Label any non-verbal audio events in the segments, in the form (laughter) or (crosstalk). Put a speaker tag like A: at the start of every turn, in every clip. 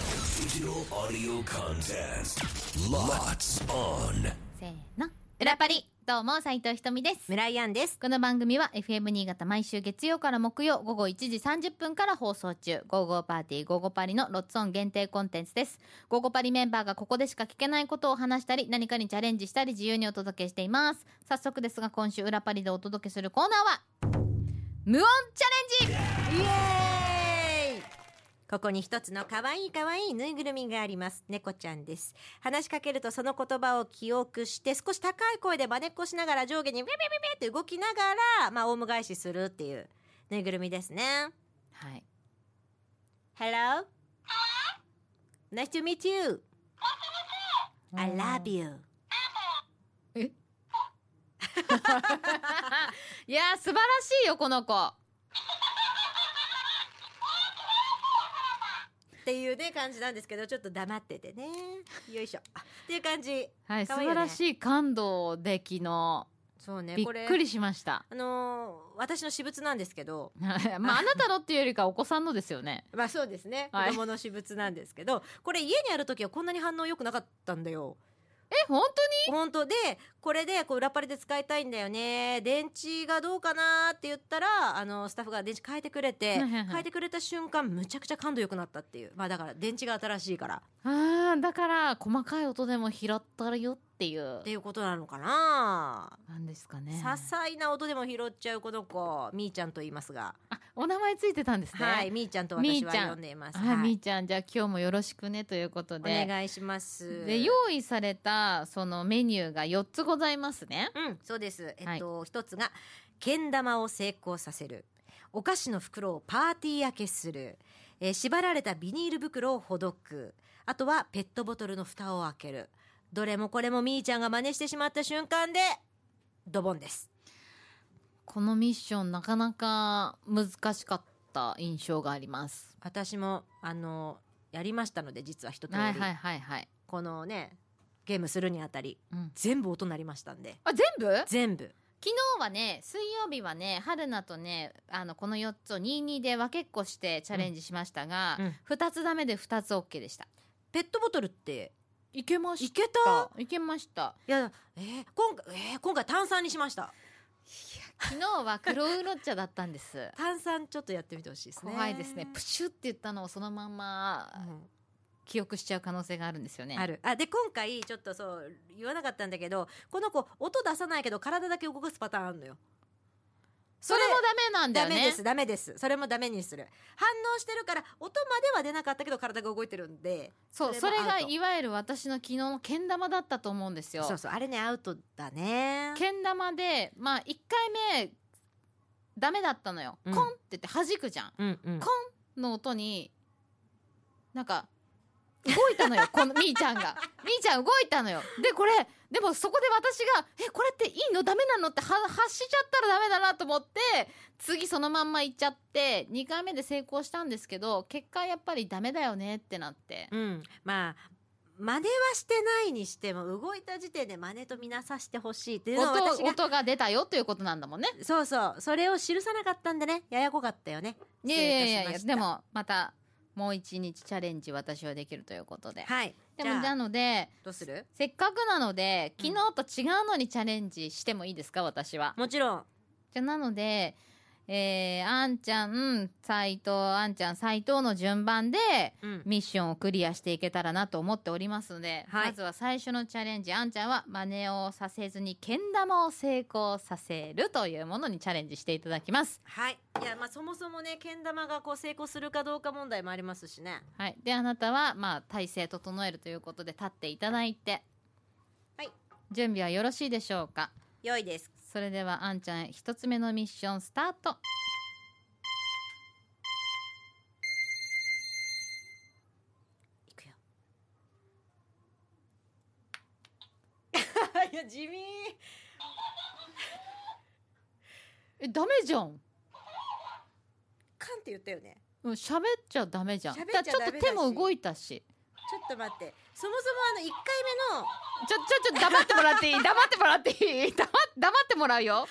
A: Digital audio contest. Lots on.
B: せーの。裏パリどうも、斉藤ひとみです。
C: 村井アンです。
B: この番組は FM 新潟毎週月曜から木曜午後1時30分から放送中、ゴーゴーパーティーゴーゴーパリのロッツオン限定コンテンツです。ゴーゴーパリメンバーがここでしか聞けないことを話したり、何かにチャレンジしたり自由にお届けしています。早速ですが、今週裏パリでお届けするコーナーは、無音チャレンジ
C: イエーイここに一つの可愛い可愛いぬいぐるみがあります。猫ちゃんです。話しかけるとその言葉を記憶して、少し高い声で真似っこしながら上下にビビビビって動きながら、まあ、オウム返しするっていうぬいぐるみですね。
B: はい。
C: Hello? Nice to meet you. I love you.
B: (laughs) いやー、素晴らしいよ、この子。
C: っていうね、感じなんですけど、ちょっと黙っててね。よいしょ。っていう感じ。
B: はい、素
C: 可
B: 晴
C: 愛いよね
B: らしい感動で昨日、
C: そうね、
B: びっ
C: これ。
B: くりしました。
C: あのー私の私物なんですけど、
B: (laughs) まあ、あなたのっていうよりかお子さんのですよ
C: (laughs)
B: ね。
C: まあそうですね。
B: はい
C: 子供の私物なんですけど、これ家にある時はこんなに反応良くなかったんだよ。
B: え、本
C: 本当で、これでこう裏パレで使いたいんだよね。電池がどうかなって言ったら、あの、スタッフが電池変えてくれて、
B: はいはいはい
C: 変えてくれた瞬間、むちゃくちゃ感度良くなったっていう。まあだから電池が新しいから
B: 当にああ、だから、細かい音でも拾ったよっていう
C: っ。ていうことなのかな、
B: なんですかね。
C: 些細な音でも拾っちゃうこの子、みーちゃんと言いますが。
B: あ、お名前ついてたんですね。
C: はい、。みーちゃんと私は呼んでいます。
B: はい、
C: は
B: みー
C: い。
B: ちゃん、じゃあ今日もよろしくねということ
C: お
B: で。
C: 願いします。
B: で、用意された、そのメニューが4つございますね。
C: うん、そうです。えっと、一、つが、けん玉を成功させる。お菓子の袋をパーティー開けする。えー縛られたビニール袋をほどく。あとは、ペットボトルの蓋を開ける。どれもこれもみーちゃんが真似してしまった瞬間で、ドボンです。
B: このミッション、なかなか難しかった印象があります。
C: 私も、あの、やりましたので、実は一通り、
B: はいはいはいはい。
C: このね、ゲームするにあたり、
B: うん。
C: 全部音鳴りましたんで。
B: あ、全部
C: 全部。
B: 昨日はね水曜日はね春菜とねあのこの4つを22で分けっこしてチャレンジしましたが、
C: うんうん
B: 二2つダメで2つ OK でした
C: ペットボトルって、
B: いけま
C: いけた
B: いけました
C: いや、えー今回、えー今回炭酸にしました。
B: 昨日は黒ウーロッ茶だったんです
C: 炭酸ちょっとやってみてほしいですね
B: 怖いですねプシュって言ったのをそのまま
C: う
B: 記憶しちゃう可能性があるんですよね
C: んあるあで今回ちょっとそう言わなかったんだけどこの子音出さないけど体だけ動かすパターンあるのよ
B: それもダメなんだ
C: ダ
B: よね
C: メですダメですそれもダメにする反応してるから音までは出なかったけど体が動いてるんで
B: そうそ
C: それ
B: れ
C: もアウト
B: がいわゆる私の昨日のけん玉だったと思うんですよ
C: そうそうあれねアウトだね
B: けん玉でまあ1回目ダメだったのよ、
C: うん
B: コンって言って弾くじゃん
C: うんうん
B: この音になんか動いたのよこの (laughs) みーちゃんがみーちゃん動いたのよでこれでもそこで私が「えこれっていいのダメなの?」っては発しちゃったらダメだなと思って次そのまんま行っちゃって2回目で成功したんですけど結果やっぱりダメだよねってなって
C: うんまあ真似はしてないにしても動いた時点で真似とみなさしてほしいっていうのは私
B: 音
C: が
B: 音が出たよということなんだもんね
C: そうそうそれを記さなかったんでねややこかったよね
B: いやいやいやい
C: 失礼いたしま
B: や
C: した
B: でもまたもう一日チャレンジ私はできるということで
C: はい
B: でも
C: じゃ
B: な
C: あ
B: ので
C: どうする
B: せっかくなので
C: うん
B: 昨日と違うのにチャレンジしてもいいですか私は。
C: もちろん
B: じゃあなので、えー、あんちゃん斎藤あんちゃん斎藤の順番で
C: うん
B: ミッションをクリアしていけたらなと思っておりますので、
C: はい
B: まずは最初のチャレンジあんちゃんは真似をさせずにけん玉を成功させるというものにチャレンジしていただきます。
C: はい、いやまあそもそもねけん玉がこう成功するかどうか問題もありますしね
B: はい、であなたは、まあ、体勢整えるということで立っていただいて、
C: はい、
B: 準備はよろしいでしょうか
C: 良いです
B: それではあんちゃん一つ目のミッションスタート
C: いくよ (laughs) いや地味
B: えダメじゃん
C: カンって言ったよね
B: うん喋っちゃダメじゃん
C: 喋っちゃダメだし
B: だからちょっと手も動いたし
C: ちょっと待ってそもそもあの1回目の
B: ちょちょちょ黙ってもらっていい (laughs) 黙ってもらってい (laughs) い黙黙ってもらうよ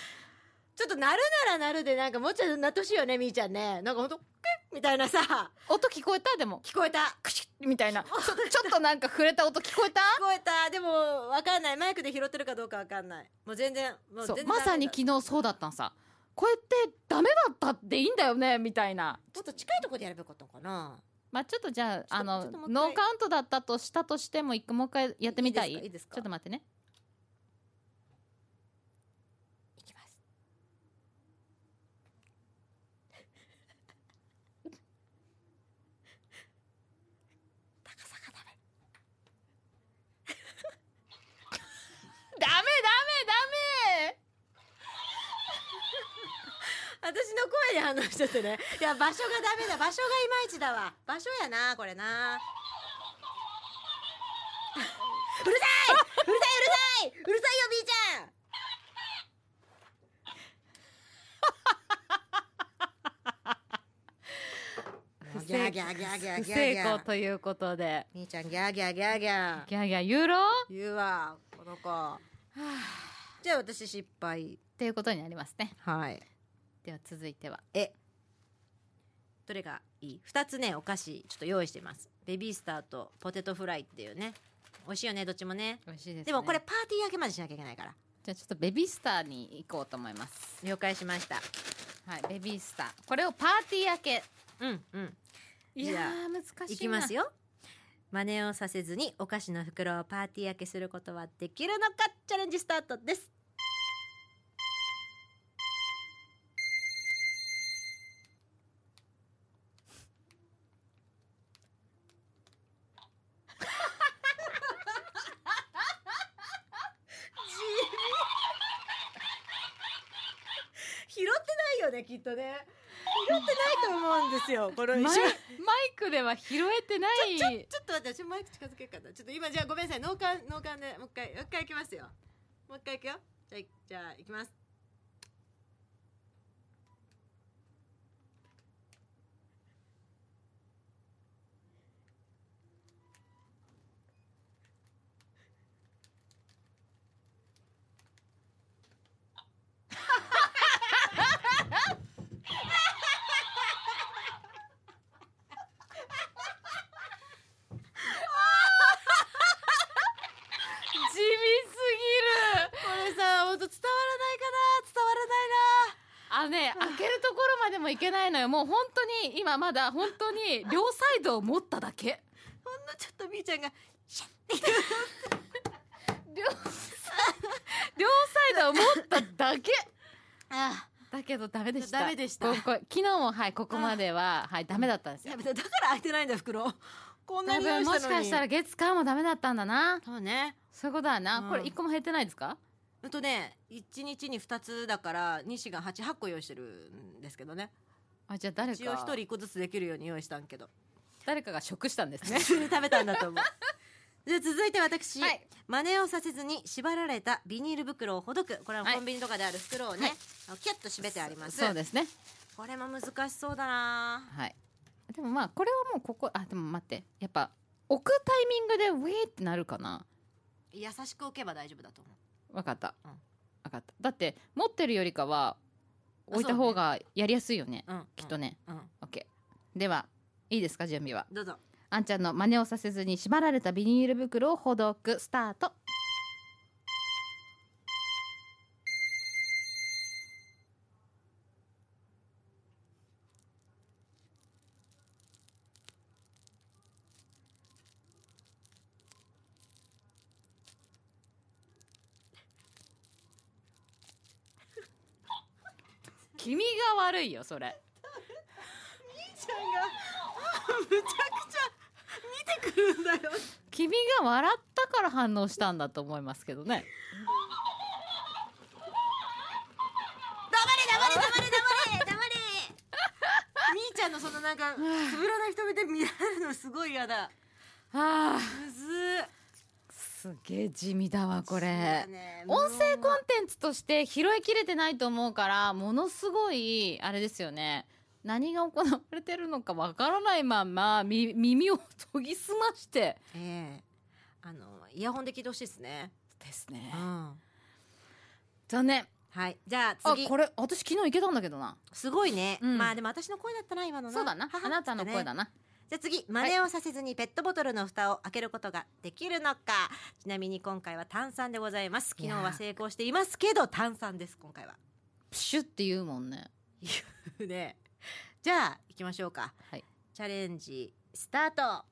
C: ちょっとなるならなるでなんかもうちょっとなってほしいよねみーちゃんねなんかほんとケッみたいなさ
B: 音聞こえたでも
C: 聞こえた
B: クシュッみたいなちょちょっとなんか触れた音聞こえた
C: 聞こえたでもわかんないマイクで拾ってるかどうかわかんないもう全然もう
B: そ
C: 全
B: う
C: 然
B: まさに
C: ダメ
B: 昨日そうだったんさこれってダメだったっていいんだよねみたいな
C: だもっと近いところでやればよかったのかな
B: まあちょっとじゃああ
C: ちょ
B: の
C: っともう一回
B: ノーカウントだったとしたとしても一個もう一回やってみたい
C: いいですか
B: ちょっと待ってね
C: いきます高さがダメ
B: ダメダメダメ
C: 私の声に反応しちゃってねいや場所がダメだ場所がいまいちだわ場所やなこれなうるさいうるさいうるさいうるさいよ B ちゃん
B: 不
C: ギャーギャーギャーギャー
B: 不
C: ギャー
B: 成
C: ギャ
B: 功
C: ー
B: ということで
C: みーちゃんギャーギャーギャーギャー
B: ギャーギャー言うろっ
C: 言うわこの子じゃあ私失敗
B: ていうことになりますね
C: はい
B: では続いては
C: えどれがいい二つねお菓子ちょっと用意してますベビースターとポテトフライっていうね美味しいよねどっちもね
B: 美味しいです、ね、
C: でもこれパーティー明けまでしなきゃいけないから
B: じゃあちょっとベビースターに行こうと思います
C: 了解しました
B: はいベビースターこれをパーティー明け
C: うんうん
B: い
C: じゃ
B: や
C: あ
B: ー難しいない
C: きます
B: よ
C: よ真似をさせずにお菓子の袋をパーティー明けすることはできるのかチャレンジスタートです拾ってないよねきっとね拾ってないと思うんですよこの
B: マイマ
C: 一緒
B: イクでは拾えてない
C: ちょっと待って私マイク近づけるかなちょっと今じゃあごめんなさい脳幹脳幹でもう一回もう一回いきますよもう一回いくよじゃあいじゃあいきます
B: 地味すぎる
C: これさ本当伝わらないかな伝わらないな
B: あのね開けるところまでもいけないのよもう本当に今まだ本当に両サイドを持っただけ
C: ほんのちょっとみーちゃんがシャッ
B: 両サイド (laughs) 両サイドを持っただけ
C: あ
B: だけどダメでした
C: ダメでした
B: ここ昨日もはいここまでははいダメだったんですよ
C: やべだから開いてないんだ袋こんな
B: 多
C: に用
B: 分
C: 意
B: も
C: し
B: した
C: の
B: か
C: に
B: したら月間もダメだったんだな
C: そうね
B: そういうことだな、
C: うん
B: これ一個も減ってないですか
C: うんとね一日に二つだから西が八八個用意してるんですけどね
B: あじゃあ誰か
C: 一応一人一個ずつできるように用意したんけど
B: 誰かが食したん
C: (laughs)
B: ですね
C: 普通に食べたんだ
B: (laughs)
C: と思うじゃあ続いて私、
B: はい
C: 真似をさせずに縛られたビニール袋をほどくこれは
B: はい
C: コンビニとかである袋をね、
B: はい
C: キュッと締めてあります
B: そうですね
C: これも難しそうだな
B: はいでもまあこれはもうここあでも待ってやっぱ置くタイミングでウィーってなるかな
C: 優しく置けば大丈夫だと思
B: わかった、
C: うん
B: わかっただって持ってるよりかは置いた方がやりやすいよね
C: う、うん、
B: きっとね
C: うん、
B: オッケーではいいですか準備は
C: ど
B: (laughs)
C: うぞ
B: あんちゃんの真似をさせずに縛られたビニール袋をほどくスタート君が悪いよそれ
C: ちゃんがむちゃくちゃ見てくるんだよ
B: 君が笑ったから反応したんだと思いますけどね
C: 黙れ黙れ黙れ黙れ黙れみーちゃんのそのなんかつぶらな瞳で見られるのすごい嫌だ
B: ああ
C: むずー
B: すげえ地味だわこれ
C: そうだねもう
B: 音声コンテンツとして拾いきれてないと思うからものすごいあれですよね何が行われてるのかわからないまんまみ耳を研ぎ澄まして
C: ええあのイヤホンで聞いてほしいですね。
B: ですね
C: ん。
B: 残念
C: はいじゃあ
B: あ
C: 次
B: これ私昨日行けたんだけどな
C: すごいね、
B: うん
C: まあでも私の声だったな今のな
B: そうだな
C: はは
B: あなたの声だな
C: じゃあ次真似をさせずにペットボトルの蓋を開けることができるのか、ちなみに今回は炭酸でございます昨日
B: いや
C: は
B: ー
C: 成功していますけど炭酸です今回は (laughs)
B: プシュって言うもんね
C: ねじゃあ行きましょうか、
B: はい
C: チャレンジスタート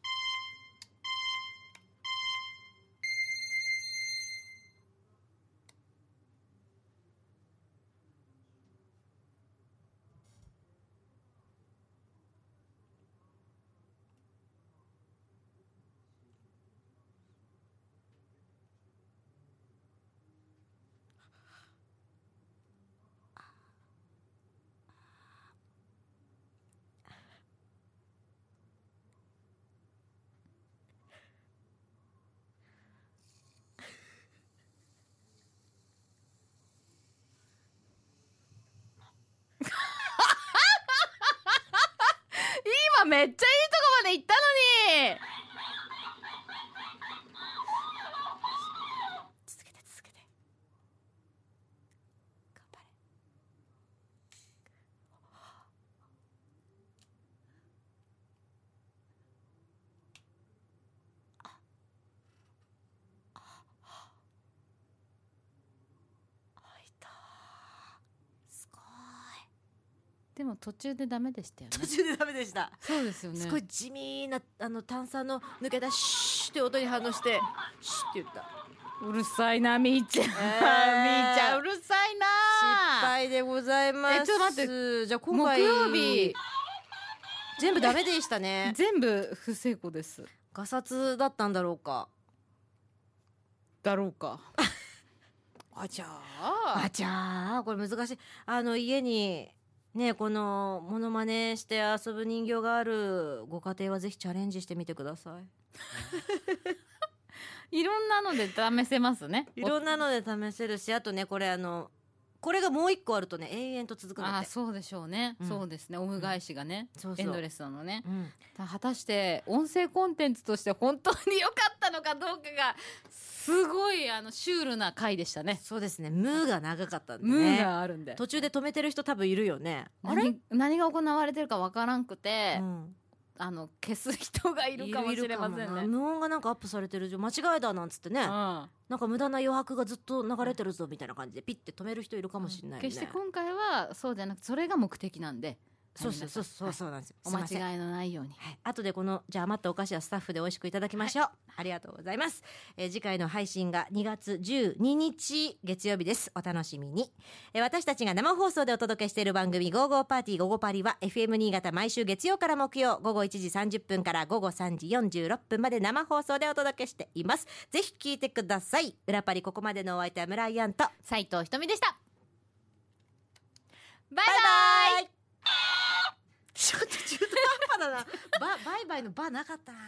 B: 今めっちゃいいとこまで行ったのに
C: 続けて続けて頑張れああ開いたすごい
B: でも途中でダメでしたよね
C: 途中でダメでした
B: そうですよね
C: すごい地味なあの炭酸の抜けたシューって音に反応してシューって言った
B: (laughs) うるさいなみーちゃん、
C: えー
B: みーちゃんうるさいな
C: 失敗でございます。
B: えちょっと待っ
C: じゃあ今回
B: 木曜日
C: 全部ダメでしたね。
B: 全部不成功です
C: (laughs) ガサツだったんだろうか。
B: だろう
C: (laughs)
B: かあじゃあ
C: あじゃあこれ難しい。あの家にねこのモノマネして遊ぶ人形があるご家庭はぜひチャレンジしてみてくださ
B: いろんなので試せますね
C: い。いろんなので試せるし、あとねこれあのこれがもう一個あるとね永遠と続く
B: お
C: んだっ
B: あ
C: て。
B: そうでしょうね、
C: うん
B: そうですねオム返しがね、
C: そう
B: エ
C: そ
B: ンド
C: う。
B: レスなのね
C: うん、
B: だ果たして音声コンテンツとして本当に良かったのかどうかがすごいあのシュールな回でしたね
C: そうですね。ムーが長かったんでね。
B: ムーがあるんで、
C: 途中で止めてる人多分いるよね。あれ？
B: 何何が行われてるかわからんくて、
C: うん
B: あの消す人がいるかもしれませんね
C: いるかもな無音がなんかアップされてるぞ間違いだなんつってね
B: うん
C: なんか無駄な余白がずっと流れてるぞみたいな感じでピッて止める人いるかもしれないよね
B: 決して今回はそうじゃなくそれが目的なんで
C: そうそうそうそう
B: う
C: そうなんですよ
B: お
C: すいません
B: 間違いのないように
C: はい、後でこのじゃあ余ったお菓子はスタッフで美味しくいただきましょう、ありがとうございます、えー次回の配信が2月12日月曜日ですお楽しみに、えー私たちが生放送でお届けしている番組「ゴーゴーパーティーゴゴパリ」は FM 新潟毎週月曜から木曜午後1時30分から午後3時46分まで生放送でお届けしていますぜひ聞いてください裏パリここまでのお相手は村井アンとバ
B: 斉藤ひとみでしたバイバイ
C: イちょっと中途半端だなババイバイのバなかったな